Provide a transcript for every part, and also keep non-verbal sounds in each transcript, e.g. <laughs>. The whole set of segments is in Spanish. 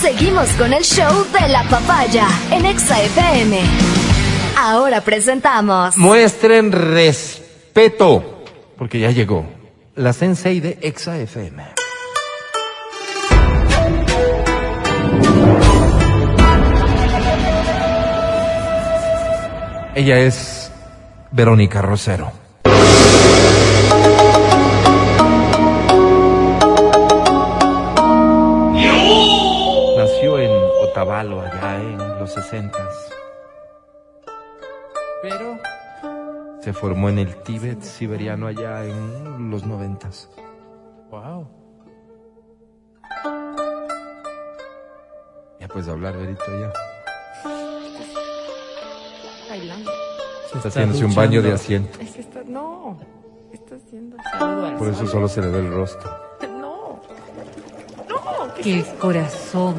Seguimos con el show de la papaya en Exa FM. Ahora presentamos. Muestren respeto, porque ya llegó la Sensei de Exa FM. Ella es Verónica Rosero. Nació en Otavalo, allá en los sesentas. Pero se formó en el Tíbet siberiano allá en los noventas. Wow. Ya puedes hablar, Verito, ya. Bailando. Se Está haciéndose un baño de asiento. Es que está. No. Está haciendo saludo al Por eso sol. solo se le ve el rostro. No. No. ¿qué Que el corazón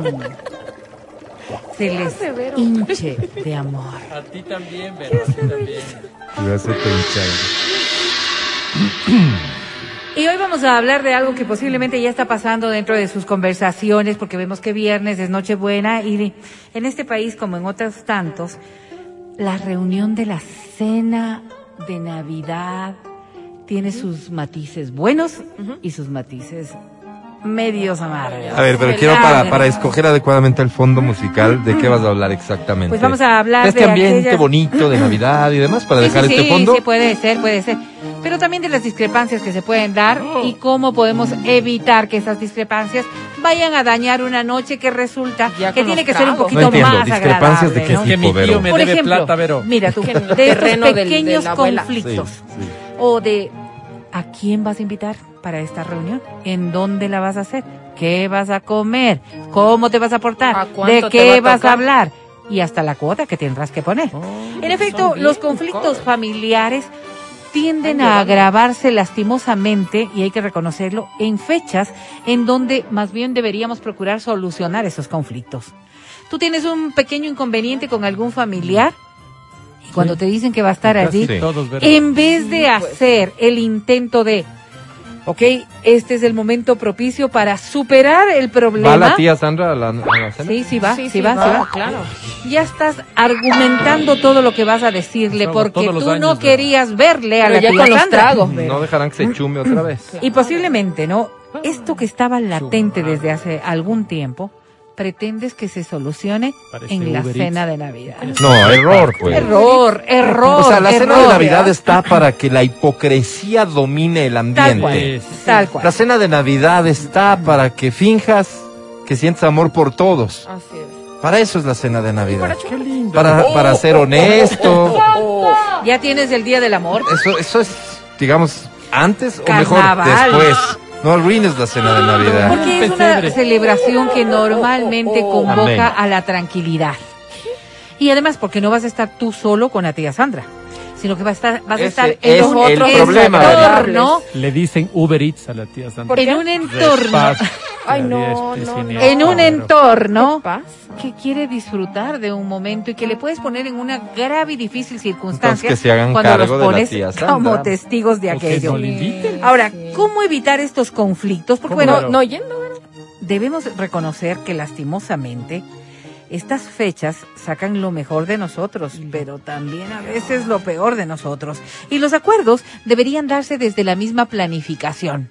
se les hinche de amor. A ti también, Vero, a ti también. Y va a ser pinchado. Y hoy vamos a hablar de algo que posiblemente ya está pasando dentro de sus conversaciones, porque vemos que viernes es Nochebuena y en este país, como en otros tantos, la reunión de la cena de Navidad tiene sus matices buenos y sus matices medios amargos. A ver, pero ¿Verdad? quiero para, para escoger adecuadamente el fondo musical, ¿de qué vas a hablar exactamente? Pues vamos a hablar de este de ambiente aquellas- bonito de Navidad y demás para Sí, dejar sí, este sí, fondo. sí, pues, puede ser, puede ser. Pero también de las discrepancias que se pueden dar y cómo podemos evitar que esas discrepancias vayan a dañar una noche que resulta Ya que con tiene los que ser un tragos. poquito No entiendo, más discrepancias de agradable. qué ¿no? tipo, Que mi Vero. tío me Por debe ejemplo, plata, Vero. mira <laughs> tú, Que en el de terreno del- esos de la pequeños abuela. Sí, conflictos sí. o de a quién vas a invitar para esta reunión, en dónde la vas a hacer, qué vas a comer, cómo te vas a ¿A portar, cuánto de te va qué a tocar? vas Oh, pues a hablar y hasta la cuota que tendrás que poner. En efecto, son los bien conflictos caros. familiares tienden Ay, a Giovanni. agravarse lastimosamente, y hay que reconocerlo, en fechas en donde más bien deberíamos procurar solucionar esos conflictos. Tú tienes un pequeño inconveniente con algún familiar, y cuando te dicen que va a estar Casi allí, Sí. todos, Vero. en vez Sí, de pues. hacer el intento de, ok, este es el momento propicio para superar el ¿Va problema. la tía Sandra a la, a la cena? Sí, sí va, sí, va, sí va. Claro. Ya estás argumentando todo lo que vas a decirle Todo- porque todos los tú años, no ¿verdad? querías verle a Pero la ya tía con los Sandra. tragos, No Vero. dejarán que se chume otra vez. Y posiblemente, ¿no? Esto que estaba latente desde hace algún tiempo, pretendes que se solucione Parece en la Uber Eats. cena de Navidad. No, error, pues. Error, error. O sea, la cena de error. Navidad está para que la hipocresía domine el Tal cual, ambiente. tal cual. La cena de Navidad está para que finjas que sientes amor por todos. Así es. Para eso es la cena de Navidad. Qué lindo. Para, para ser Oh. <laughs> honesto. Ya tienes el día del amor. Eso, eso es, digamos, antes o mejor Carnaval. después. No arruines la cena de <gasps> Navidad. Porque es una Pesebre. celebración que normalmente convoca Oh, Amén. a la tranquilidad. Y además, porque no vas a estar tú solo con la tía Sandra, sino que vas a estar, vas a Ese estar es en un el problema, entorno, Le dicen Uber Eats a la tía Sandra. ¿Por qué? en un entorno, <laughs> Despacio, Ay, no, la no, diestra y no. siniestra, en un Vero. entorno ¿Qué pasa? que quiere disfrutar de un momento y que le puedes poner en una grave y difícil Entonces circunstancia que se hagan cuando los cargo de la pones tía como Sandra. testigos de O que aquello. no le inviten. Ahora, Sí. ¿cómo evitar estos conflictos? Porque ¿Cómo bueno, No, no? no yendo, ¿verdad? debemos reconocer que lastimosamente estas fechas sacan lo mejor de nosotros, pero también a veces lo peor de nosotros. Y los acuerdos deberían darse desde la misma planificación.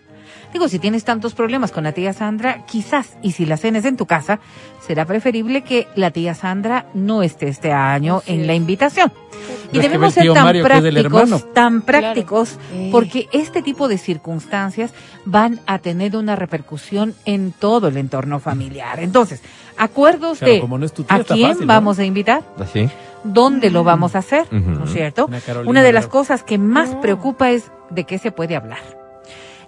Digo, si tienes tantos problemas con la tía Sandra, quizás, y si la cenes en tu casa, será preferible que la tía Sandra no esté este año Así en es. la invitación. Y Pero es que debemos ve el ser tío tan Mario, que es el hermano. prácticos, tan Claro. prácticos, Eh. porque este tipo de circunstancias van a tener una repercusión en todo el entorno familiar. Entonces, acuerdos Claro, de como no es tu tía, a está quién fácil, ¿no? vamos a invitar, Así. dónde lo vamos a hacer, Ujú. ¿no es cierto? Una Carolina Una de las Bravo. cosas que más No. preocupa es de qué se puede hablar.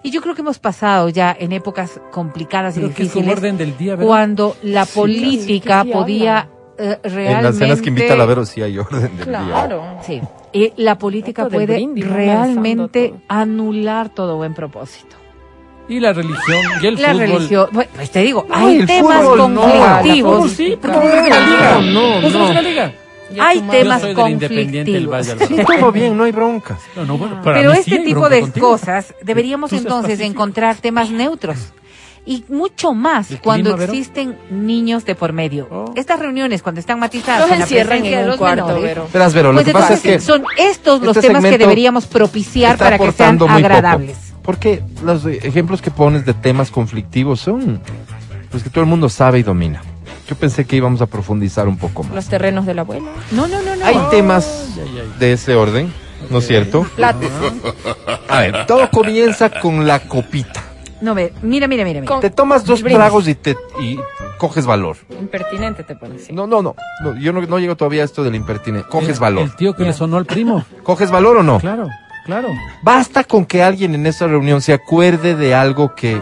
Y yo creo que hemos pasado ya en épocas complicadas y Creo que es un difíciles orden del día, ¿verdad? cuando la política sí, sí podía eh, realmente En las cenas que invita la Vero sí hay orden del día. Claro. Sí. Y la política Esto del puede brindis, ¿no? realmente Lanzando todo. anular todo buen propósito. Y la religión y el la fútbol. religión, bueno, pues te digo, No, hay el temas fútbol no. conflictivos. ¿Cómo sí? ¿Por qué no es la liga? No, ¿Por qué no. es la liga? Hay Yo temas Yo soy del Independiente del Valle. conflictivos. <laughs> Alvarado. Todo bien, no hay broncas. No, no, bueno, para Pero mí sí este hay tipo bronca de contigo. cosas deberíamos Tú seas entonces pacífico. encontrar temas neutros. y mucho más ¿El cuando clima, Vero? existen niños de por medio. Oh. Estas reuniones cuando están matizadas Los con la encierran presencia de en un los cuarto, menores, Vero. Verás, Vero, lo pues que pasa es entonces que son estos los este temas que segmento deberíamos propiciar está para que sean aportando muy poco. agradables. Porque los ejemplos que pones de temas conflictivos son los que todo el mundo sabe y domina. Yo pensé que íbamos a profundizar un poco más. Los terrenos de la abuela. No, no, no, no. Hay temas ay, ay. de ese orden, ¿no es cierto? Platos. <laughs> A ver, todo comienza con la copita. No, ve, mira, mira, mira. mira. Con- Te tomas dos Brindis. tragos y te y coges valor. Impertinente te pones. sí. No, no, no, no, yo no, no llego todavía a esto del impertinente. Coges El- valor. El tío que le sonó al primo. ¿Coges valor o no? Claro, claro. Basta con que alguien en esa reunión se acuerde de algo que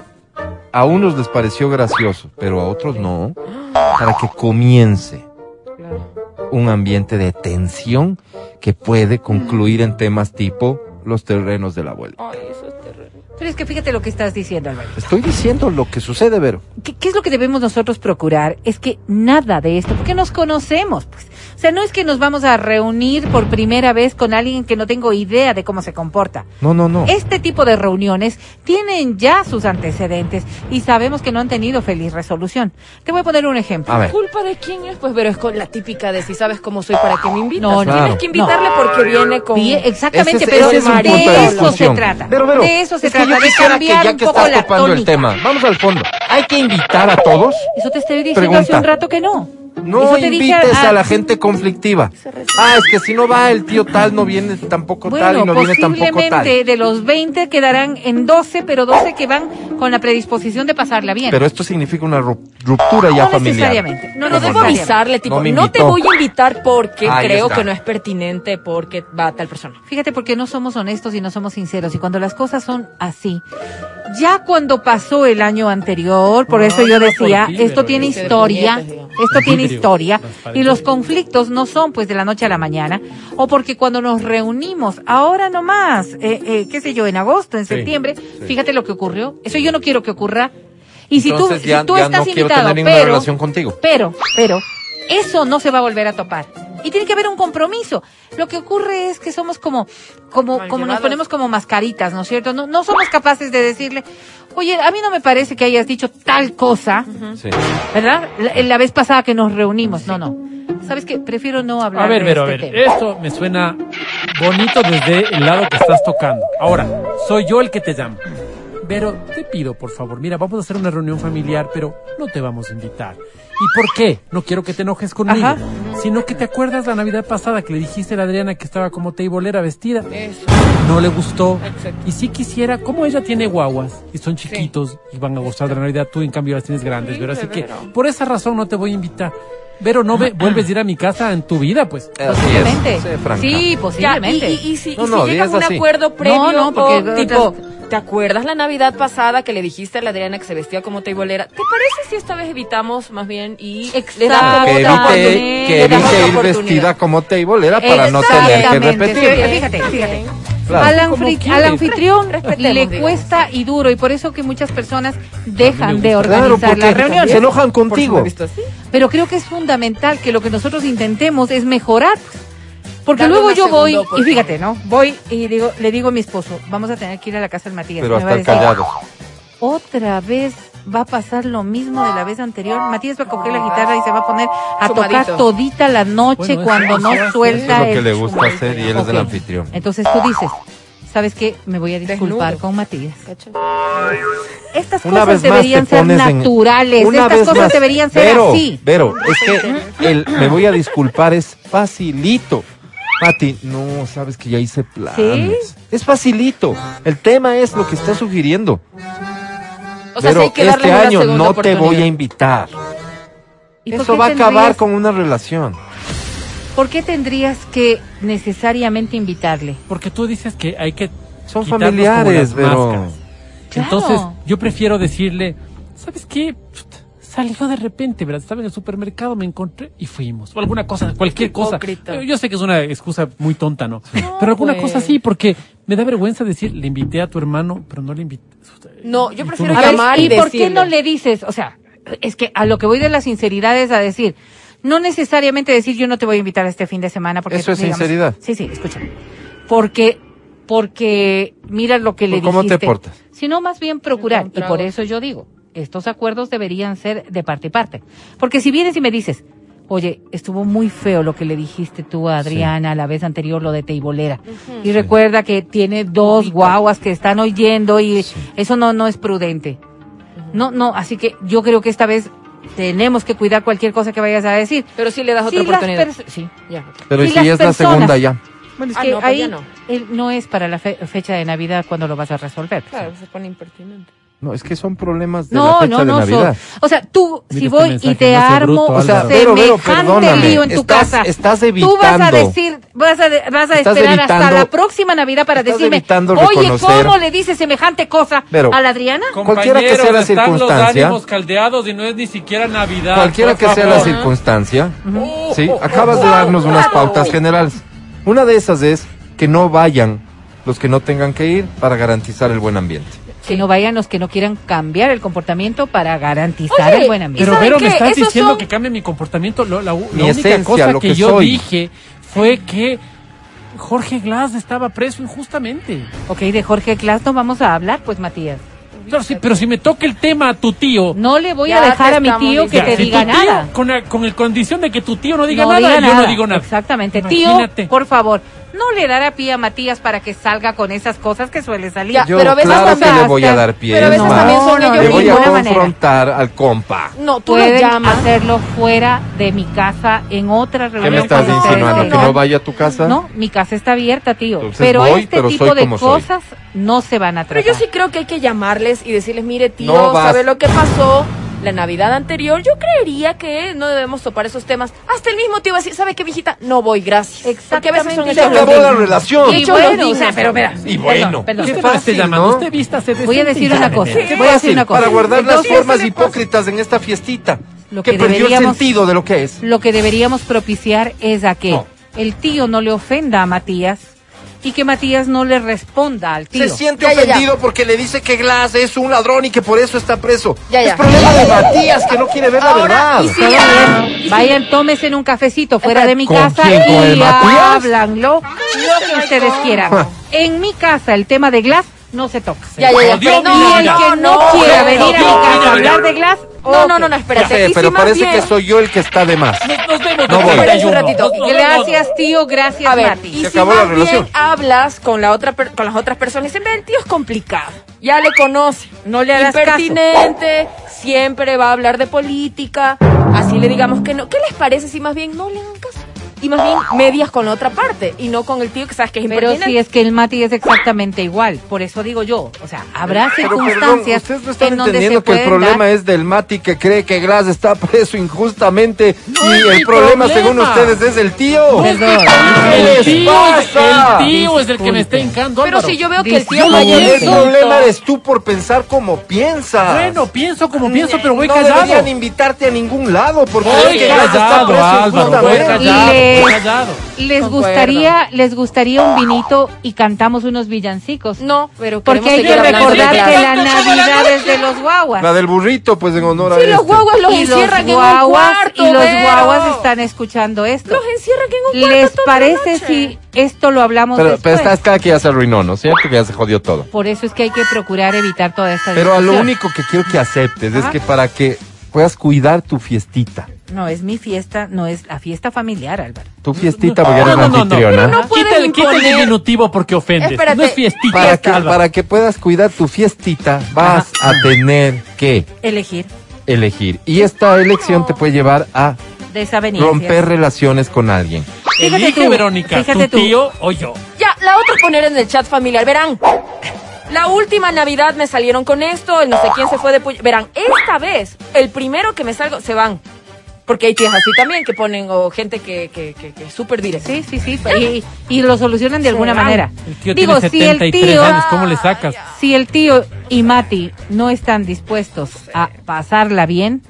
a unos les pareció gracioso, pero a otros no, para que comience Claro. un ambiente de tensión que puede concluir en temas tipo los terrenos de la abuela. Ay, esos terrenos. Pero es que fíjate lo que estás diciendo, Álvaro. Estoy diciendo lo que sucede, Vero. ¿Qué, qué es lo que debemos nosotros procurar? Es que nada de esto, porque nos conocemos, pues. O sea, no es que nos vamos a reunir por primera vez con alguien que no tengo idea de cómo se comporta. No, no, no. Este tipo de reuniones tienen ya sus antecedentes y sabemos que no han tenido feliz resolución. Te voy a poner un ejemplo. A ver. ¿Culpa de quién es? Pues, pero es con la típica de si sabes cómo soy, ¿para qué me invitas? No, No, no. Tienes que invitarle porque viene con... Bien, exactamente, Ese es- pero ese es un de, punto de eso se discusión. trata. Pero, Vero, de eso se es que yo trata, de quisiera que, cambiar ya un que poco estás la topando el tónica. tema, vamos al fondo. Hay que invitar a todos. Eso te estoy diciendo Pregunta. hace un rato que no. Eso No te dije invites a- a la gente conflictiva. Ah, es que si no va el tío tal, no viene tampoco tal y no viene tampoco posiblemente tal. de los 20 quedarán en 12, pero 12 que van con la predisposición de pasarla bien. Pero esto significa una ru- ruptura ya No familiar. necesariamente. No, No, Como no no debo necesariamente. avisarle, tipo, No me no, te invitó. voy a invitar porque Ahí creo está. que no es pertinente porque va tal persona. Fíjate porque no somos honestos y no somos sinceros. Y cuando las cosas son así, ya cuando pasó el año anterior, por No, eso yo no, decía, por ti, esto pero tiene este de historia, puñetes, digamos. esto tiene Vidrio, historia. transparente. Y los conflictos no son pues de la noche a la mañana. O porque cuando nos reunimos, ahora nomás, eh, eh, qué sé yo, en agosto, en Sí, septiembre, sí. fíjate lo que ocurrió. Eso yo no quiero que ocurra. Y si tú, Entonces ya, si tú ya estás no quiero invitado, tener ninguna pero, relación contigo. pero, pero, eso no se va a volver a topar. Y tiene que haber un compromiso. Lo que ocurre es que somos como, como, Mal como nos llevados. ponemos como mascaritas, ¿no es cierto? No, no somos capaces de decirle, oye, a mí no me parece que hayas dicho tal cosa, Sí. ¿verdad? La, eh, la vez pasada que nos reunimos. No, no. ¿Sabes qué? Prefiero no hablar A ver, de pero a este ver, tema. esto me suena bonito desde el lado que estás tocando. Ahora, soy yo el que te llama. Pero te pido, por favor, mira, vamos a hacer una reunión familiar, pero no te vamos a invitar. ¿Y por qué? No quiero que te enojes conmigo, Ajá. sino que te acuerdas la Navidad pasada que le dijiste a la Adriana que estaba como teibolera vestida. No le gustó. Exacto. Y si quisiera, como ella tiene guaguas y son chiquitos y van a gozar de la Navidad, tú en cambio las tienes grandes, Sí, pero así que Vero. por esa razón no te voy a invitar. Pero no ve- vuelves a ir a mi casa en tu vida, pues. Así Posiblemente. es. Sé franca. sí, Eh, Ya, y, posiblemente. y- y si, No, y si no, llegas es a un así. acuerdo previo, No, no, porque- o tipo, ¿te acuerdas la Navidad pasada que le dijiste a la Adriana que se vestía como teibolera? ¿Te parece si esta vez evitamos más bien y le Exacto. damos Que otra Otra evite, oportunidad? que le damos evite otra ir vestida como teibolera para no tener que Exactamente. repetir. Sí, Fíjate, fíjate. Claro. Al, Como anfri- quiere. al anfitrión Respetemos, le digamos. cuesta y duro, y por eso que muchas personas dejan de Claro, organizar porque las reuniones. se enojan Por contigo. supuesto, así. Pero creo que es fundamental que lo que nosotros intentemos es mejorar. Porque Darle luego una yo segunda voy, y oportunidad. fíjate, ¿no? Voy y digo, le digo a mi esposo, vamos a tener que ir a la casa del Matías. Pero Me va a hasta decir, callados. Otra vez va a pasar lo mismo de la vez anterior. Matías va a coger la guitarra y se va a poner a Chumadito. tocar todita la noche Bueno, eso cuando sí no se hace. Eso es suelta lo que el le gusta chumadito. hacer y él es el Ok. anfitrión. Entonces tú dices, ¿sabes qué? Me voy a disculpar Desnudo. con Matías. ¿Cachai? Estas Una cosas vez más deberían te ser pones en- naturales. Una Estas vez cosas más. deberían ser Vero, así. Vero, es que el me voy a disculpar es facilito. Pati, no, sabes que ya hice planes. Es facilito. El tema es lo que está sugiriendo. O sea, Pero sí hay que darle este una año segunda no te oportunidad. voy a invitar. ¿Y por Eso qué va a acabar tendrías- con una relación. ¿Por qué tendrías que necesariamente invitarle? Porque tú dices que hay que. Son quitarnos como familiares, las pero- máscaras. Claro. Entonces, yo prefiero decirle, ¿sabes qué? Puta, Salió de repente, ¿verdad? Estaba en el supermercado, me encontré y fuimos. O alguna cosa, cualquier cosa. hipócrita. Yo- Yo sé que es una excusa muy tonta, ¿no? No, pero alguna pues. cosa sí, porque me da vergüenza decir, le invité a tu hermano, pero no le invité. No, yo Y tú prefiero no- A ver, llamar ¿y y por qué decirle. no le dices? O sea, es que a lo que voy de la sinceridad es a decir, no necesariamente decir yo no te voy a invitar a este fin de semana porque Eso es digamos- sinceridad. Sí, sí, escucha. Porque porque mira lo que le ¿Cómo te dijiste. portas? Sino más bien procurar y Encontrado. por eso yo digo, estos acuerdos deberían ser de parte y parte. Porque si vienes y me dices, oye, estuvo muy feo lo que le dijiste tú a Adriana la vez anterior, lo de Teibolera. Y recuerda que tiene dos guaguas que están oyendo y eso no, no es prudente. No, no, así que yo creo que esta vez tenemos que cuidar cualquier cosa que vayas a decir. Pero sí le das otra Si las oportunidad. pers- sí. Ya. Pero Y ¿y si las es la personas. segunda ya. Bueno, es Ah, que no, pues ahí ya él no. no. es para la fe- fecha de Navidad cuando lo vas a resolver. Claro, se pone impertinente. No, es que son problemas de la No, fecha no, de no, Navidad. Sol. O sea, tú, Mira si este voy mensaje, y te no seas armo bruto, O sea, Álvaro. pero, pero, semejante perdóname. lío en tu estás, casa. estás Tú vas a evitando. decir, vas a, de- vas a Estás esperar hasta evitando- la próxima Navidad para estás decirme, evitando oye, reconocer- ¿cómo le dices semejante cosa Pero- a la Adriana? Cualquiera que sea la Compañeros, están circunstancia. los ánimos caldeados y no es ni siquiera Navidad. Cualquiera por que sea la favor. circunstancia, ¿sí? acabas de darnos unas pautas generales. Una de esas es que no vayan los que no tengan que ir para garantizar el buen ambiente. Que no vayan los que no quieran cambiar el comportamiento para garantizar Oye, el buen ambiente. Pero saben Vero, me qué? estás Esos diciendo son- que cambie mi comportamiento. Lo- la u- Mi la única esencia, cosa lo que, que yo soy. dije fue que Jorge Glass estaba preso injustamente. Ok, de Jorge Glass no vamos a hablar, pues Matías. Claro, sí, pero si me toca el tema a tu tío. No le voy Ya a te dejar a mi estamos tío que diciendo. te si diga tu tío, nada. Con la, con el condición de que tu tío no diga No nada, diga yo no digo nada. Exactamente. Imagínate. Tío, por favor, no le dará pie a Matías para que salga con esas cosas que suele salir. Ya, Yo Ah, pero a veces claro que también- le voy a dar pie. pero a veces es más, también son No, no, ellos le voy a mismos. ninguna manera. confrontar al compa. No, tú lo Pueden llamas. hacerlo fuera de mi casa en otra reunión. ¿Qué me estás con ustedes. insinuando? no, ¿Que no no. vaya a tu casa? No, mi casa está abierta, tío. Entonces pero voy, este pero tipo soy de como soy. cosas no se van a tratar. Pero yo sí creo que hay que llamarles y decirles, mire tío, No vas. ¿sabe lo que pasó la Navidad anterior? Yo creería que no debemos topar esos temas. Hasta el mismo tío va a decir, ¿sabe qué, mijita? No voy, gracias. Porque a veces son Exactamente. Se hechos los acabó la dignos. relación. Y Hechos los bueno, o dignos. sea, pero mira. Y bueno. Perdón, ¿Qué perdón. te fácil, llamando? ¿no? Usted vístase de Voy a decente y decir una llámeme. cosa. ¿Qué Voy a decir fácil una cosa. Para guardar las Entonces, formas ¿qué le pasa? hipócritas en esta fiestita. Lo que que perdió el deberíamos- sentido de lo que es. Lo que deberíamos propiciar es a que No. el tío no le ofenda a Matías y que Matías no le responda al tío. Se siente Ya, ya, ya. ofendido porque le dice que Glass es un ladrón y que por eso está preso. Ya, ya. Es problema de Matías que no quiere ver la verdad. y si- Está Ah, bien. Vayan, tómese en un cafecito fuera de mi ¿Con casa quién? ¿Con el y Matías? Ah. háblanlo lo que ustedes quieran. En mi casa el tema de Glass no se toca. Ya, ya, ya. Dios pero Y No, el que no, quiera venir a mi no, casa no, a hablar de Glass, No, no, no, ok. no, espérate. sé, Aquí sí pero más parece bien- que soy yo el que está de más. Nos, nos vemos. No el voy. 31. Un ratito. Nos- nos vemos. Gracias, tío, gracias, A ver, Mati. y Se si acabó la más bien relación. hablas con la otra per- con las otras personas, siempre el tío es complicado. Ya le conoce, No le hagas impertinente, siempre va a hablar de política, así le digamos que no. ¿Qué les parece si más bien no le hagan caso? Y más bien medias con la otra parte y no con el tío que sabes que es Pero impertinente. si es que el Mati es exactamente igual, por eso digo yo, o sea, habrá Pero perdón, circunstancias ustedes no están en donde entendiendo se que el pueden problema dar- es del Mati que cree que Glass está <laughs> preso injustamente No y es mi el problema, problema. según ustedes es el tío. Perdón. ¿Qué El les tío, es, pasa? el tío es el que me está hincando. Pero Álvaro. si yo veo que el tío Disculpe. vaya El Eso. problema eres tú por pensar como piensas. Bueno, pienso Mm, como pienso, pero voy no callado. deberían invitarte a ningún lado porque Voy es que Glass está callado, preso Álvaro. Voy injustamente. callado. Le- Voy callado. Les Concuerdo. gustaría, les gustaría un vinito y cantamos unos villancicos. No, pero Porque queremos hay que seguir hablando de recordar Glass. que la Navidad es de los guaguas. La del burrito, pues en honor a Sí, los este. guaguas los y encierran en un guaguas- cuarto. y los Vero. guaguas están escuchando esto. Los encierran en un cuarto. ¿Les toda la parece noche. si esto lo hablamos pues, Pero, pero después? esta escala que ya se arruinó, ¿no es cierto? Que ya se jodió todo. Por eso es que hay que procurar evitar toda esta Pero a lo discusión. único que quiero que aceptes es Ajá. que para que puedas cuidar tu fiestita, No es mi fiesta, no es la fiesta familiar, Álvaro. tu fiestita porque eres la anfitriona, Pero no puedes Quita el- quita el imponer. diminutivo porque ofendes. Espérate. No es fiestita. para, que, Álvaro. para que puedas cuidar tu fiestita vas a tener que Elegir elegir. Y esta elección te puede llevar a desavenencias. romper relaciones con alguien. Fíjate Elige, tú, Verónica, fíjate tu tú. tío o yo. Ya, la otra es poner en el chat familiar. Verán, la última Navidad me salieron con esto, el no sé quién se fue de Puy- Verán, esta vez, el primero que me salgo, se van. Porque hay tías así también que ponen, o gente que, que, que, que es súper directa. Sí, sí, sí. Y, y lo solucionan de alguna van. manera. El tío Digo, tiene si el 73 tío, Ah, años. ¿Cómo le sacas? si el tío y Mati no están dispuestos a pasarla bien,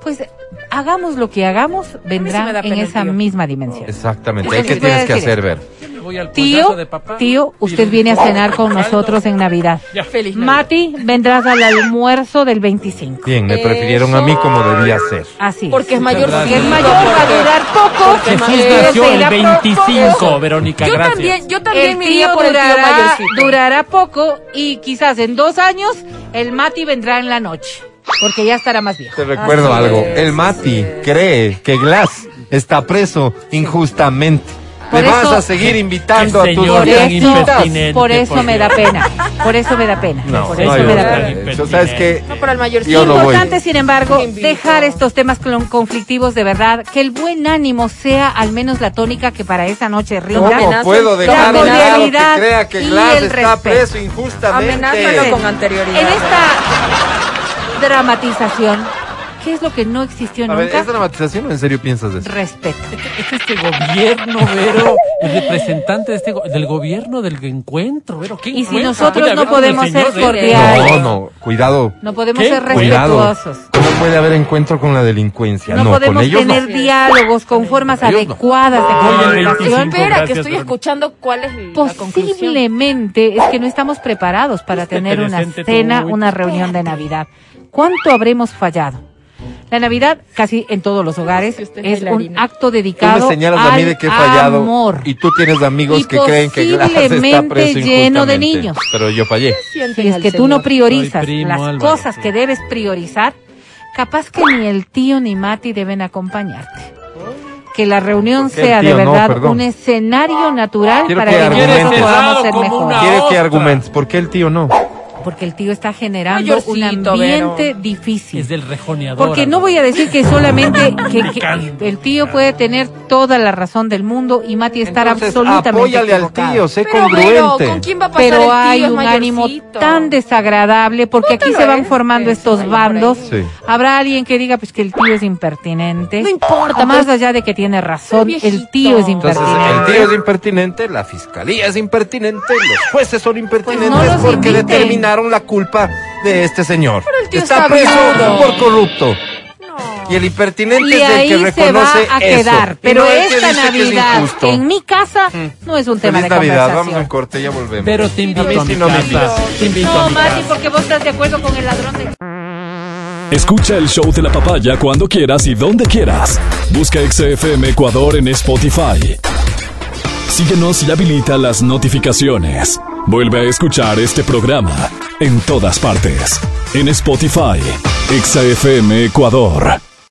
pues hagamos lo que hagamos, me vendrán da en pena el esa tío. misma dimensión. Exactamente, Eso ahí sí que les tienes voy a que decir. hacer ver. Voy al Tío, pollazo de papá. tío, usted viene a cenar con nosotros en Navidad. Ya. Feliz Navidad. Mati, vendrás al almuerzo del 25. Bien, me prefirieron a mí como debía ser. Así. es. Porque es mayor. gracias. Si es mayor, va a durar poco. Eh, Jesús Pero nació el será pro- 25, Verónica, Yo gracias. también, yo también el me tío iría por el tío durará, mayorcito. durará poco y quizás en dos años el Mati vendrá en la noche. porque ya estará más viejo. Te recuerdo Así algo. es, el Mati así es. cree que Glass está preso injustamente. Por Le vas eso- a seguir invitando a Qué tus señor tan amiguitas. impertinente, Por eso por me da Dios. pena, por eso me da pena, No, por no, eso yo- me da no, pena. no. Eso, ¿sabes qué? No, para el mayorcito. Yo no voy. Importante, sin embargo, Te invito. dejar estos temas clon- conflictivos de verdad, que el buen ánimo sea al menos la tónica que para esa noche rinda. amenaza- ¿Cómo puedo dejar La claro que cordialidad crea que y Glass el está respeto. preso injustamente? Amenázalo con En anterioridad. esta dramatización, ¿qué es lo que no existió A ver, nunca? ¿es dramatización o en serio piensas eso? Respeto. Es este gobierno, Vero, el representante de este go- del gobierno del encuentro, Vero. ¿qué Y si encuentro? nosotros Mira, no hablando del podemos señor ser de- cordiales. No, no, cuidado. No podemos ¿Qué? ser Cuidado. respetuosos. No puede haber encuentro con la delincuencia. No, No, con podemos ellos no. tener diálogos con formas Ellos no. adecuadas Oye, de comunicación. 25. Espera, que Gracias, estoy Verónica. escuchando cuál es la conclusión. Posiblemente es que no estamos preparados para Este tener una presente cena, tú, uy, una reunión de Navidad. ¿Cuánto habremos fallado? La Navidad, casi en todos los hogares, que usted es es un bailarina. acto Tú me dedicado señalas a mí de al que he fallado amor. y tú tienes amigos Y que creen que Glass está preso posiblemente lleno de injustamente. niños. Pero yo fallé. Si es que tú no priorizas Soy primo, las Álvaro, cosas sí. que debes priorizar, capaz que ni el tío ni Mati deben acompañarte. Que la reunión ¿Por qué el sea de tío? No, verdad perdón. un escenario natural Quiero para que que nosotros argumentes. podamos ser Como una mejores. Quiere que otra. argumentes. ¿Por qué el tío no? Porque el tío está generando Mayorcito, un ambiente Vero. difícil. Es del rejoneador. Porque no Álvaro. voy a decir <laughs> que solamente que, que Picante. el tío puede tener toda la razón del mundo y Mati estar Entonces, absolutamente apóyale al equivocado. tío, sé Pero congruente. bueno, ¿con quién va a pasar el pero tío? hay Es un ánimo mayorcito. tan desagradable porque aquí Póntalo se van este, formando se estos vaya por bandos. ahí. Sí. Habrá alguien que diga pues que el tío es impertinente. No importa, Más pues, allá de que tiene razón, viejito. el tío es Entonces, impertinente. el tío es impertinente, la fiscalía es impertinente, los jueces son impertinentes Pues no los porque inviten. determinaron la culpa de este señor. el tío está, está preso viudo. por corrupto. No. Y el impertinente Y es el que ahí se va reconoce a eso. quedar. Y Pero no el que esta dice que es Navidad injusto. Mm. en mi casa no es un tema Feliz de Navidad, vamos a un conversación. corte, ya volvemos. Pero te invito mí a sí mi no me casa. invitas. Te invito a No, mi Mati, casa. porque vos estás de acuerdo con el ladrón de... Escucha el show de la papaya cuando quieras y donde quieras. Busca XFM Ecuador en Spotify. Síguenos y habilita las notificaciones. Vuelve a escuchar este programa en todas partes. En Spotify, XFM Ecuador.